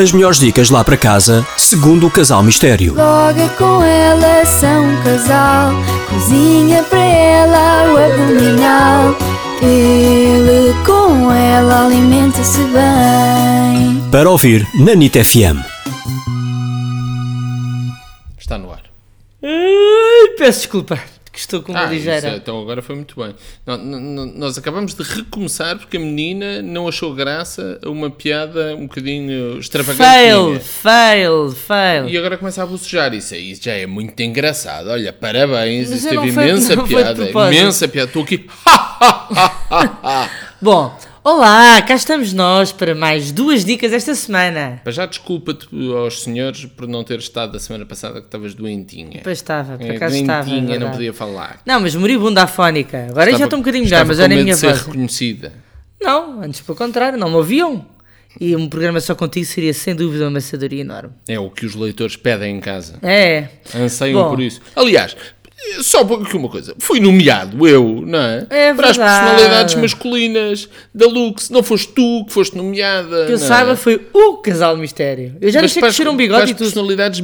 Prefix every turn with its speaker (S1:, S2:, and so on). S1: As melhores dicas lá para casa, segundo o Casal Mistério.
S2: Logo é com ela são um casal, cozinha para ela o abdominal. Ele com ela alimenta-se bem.
S1: Para ouvir na NIT FM.
S3: Está no ar.
S4: Ai, peço desculpa, que estou com uma
S3: Ah, isso,
S4: ligeira.
S3: então agora foi muito bem. Não, n- n- nós acabamos de recomeçar porque a menina não achou graça a uma piada um bocadinho extravagante.
S4: Fail,
S3: minha.
S4: fail, fail.
S3: E agora começa a bocejar. Isso aí já é muito engraçado. Olha, parabéns.
S4: Mas
S3: Isso
S4: eu
S3: teve
S4: não foi-
S3: imensa
S4: não foi de
S3: piada.
S4: propósito.
S3: Imensa piada. Estou aqui.
S4: Bom, olá, cá estamos nós para mais duas dicas esta semana.
S3: Mas já desculpa-te aos senhores por não ter estado a semana passada que estavas doentinha.
S4: Pois estava, por
S3: É,
S4: acaso estava. é
S3: doentinha, não
S4: verdade.
S3: podia falar.
S4: Não, mas moribunda afónica. Agora já estou um bocadinho melhor,
S3: estava
S4: mas
S3: com
S4: olha a
S3: medo
S4: minha
S3: de ser
S4: voz.
S3: reconhecida.
S4: Não, antes pelo contrário, não me ouviam. E um programa só contigo seria sem dúvida uma maçadoria enorme.
S3: É o que os leitores pedem em casa.
S4: É.
S3: Anseiam
S4: Bom.
S3: Ah, por isso. Aliás, só aqui uma coisa. Fui nomeado eu, não é?
S4: É
S3: Para as
S4: verdade.
S3: personalidades masculinas da Lux. Não foste tu que foste nomeada.
S4: Que eu
S3: não é?
S4: saiba, foi o casal mistério. Eu já
S3: Mas
S4: deixei
S3: para as-
S4: crescer um
S3: para
S4: bigode
S3: as
S4: e tudo.
S3: personalidades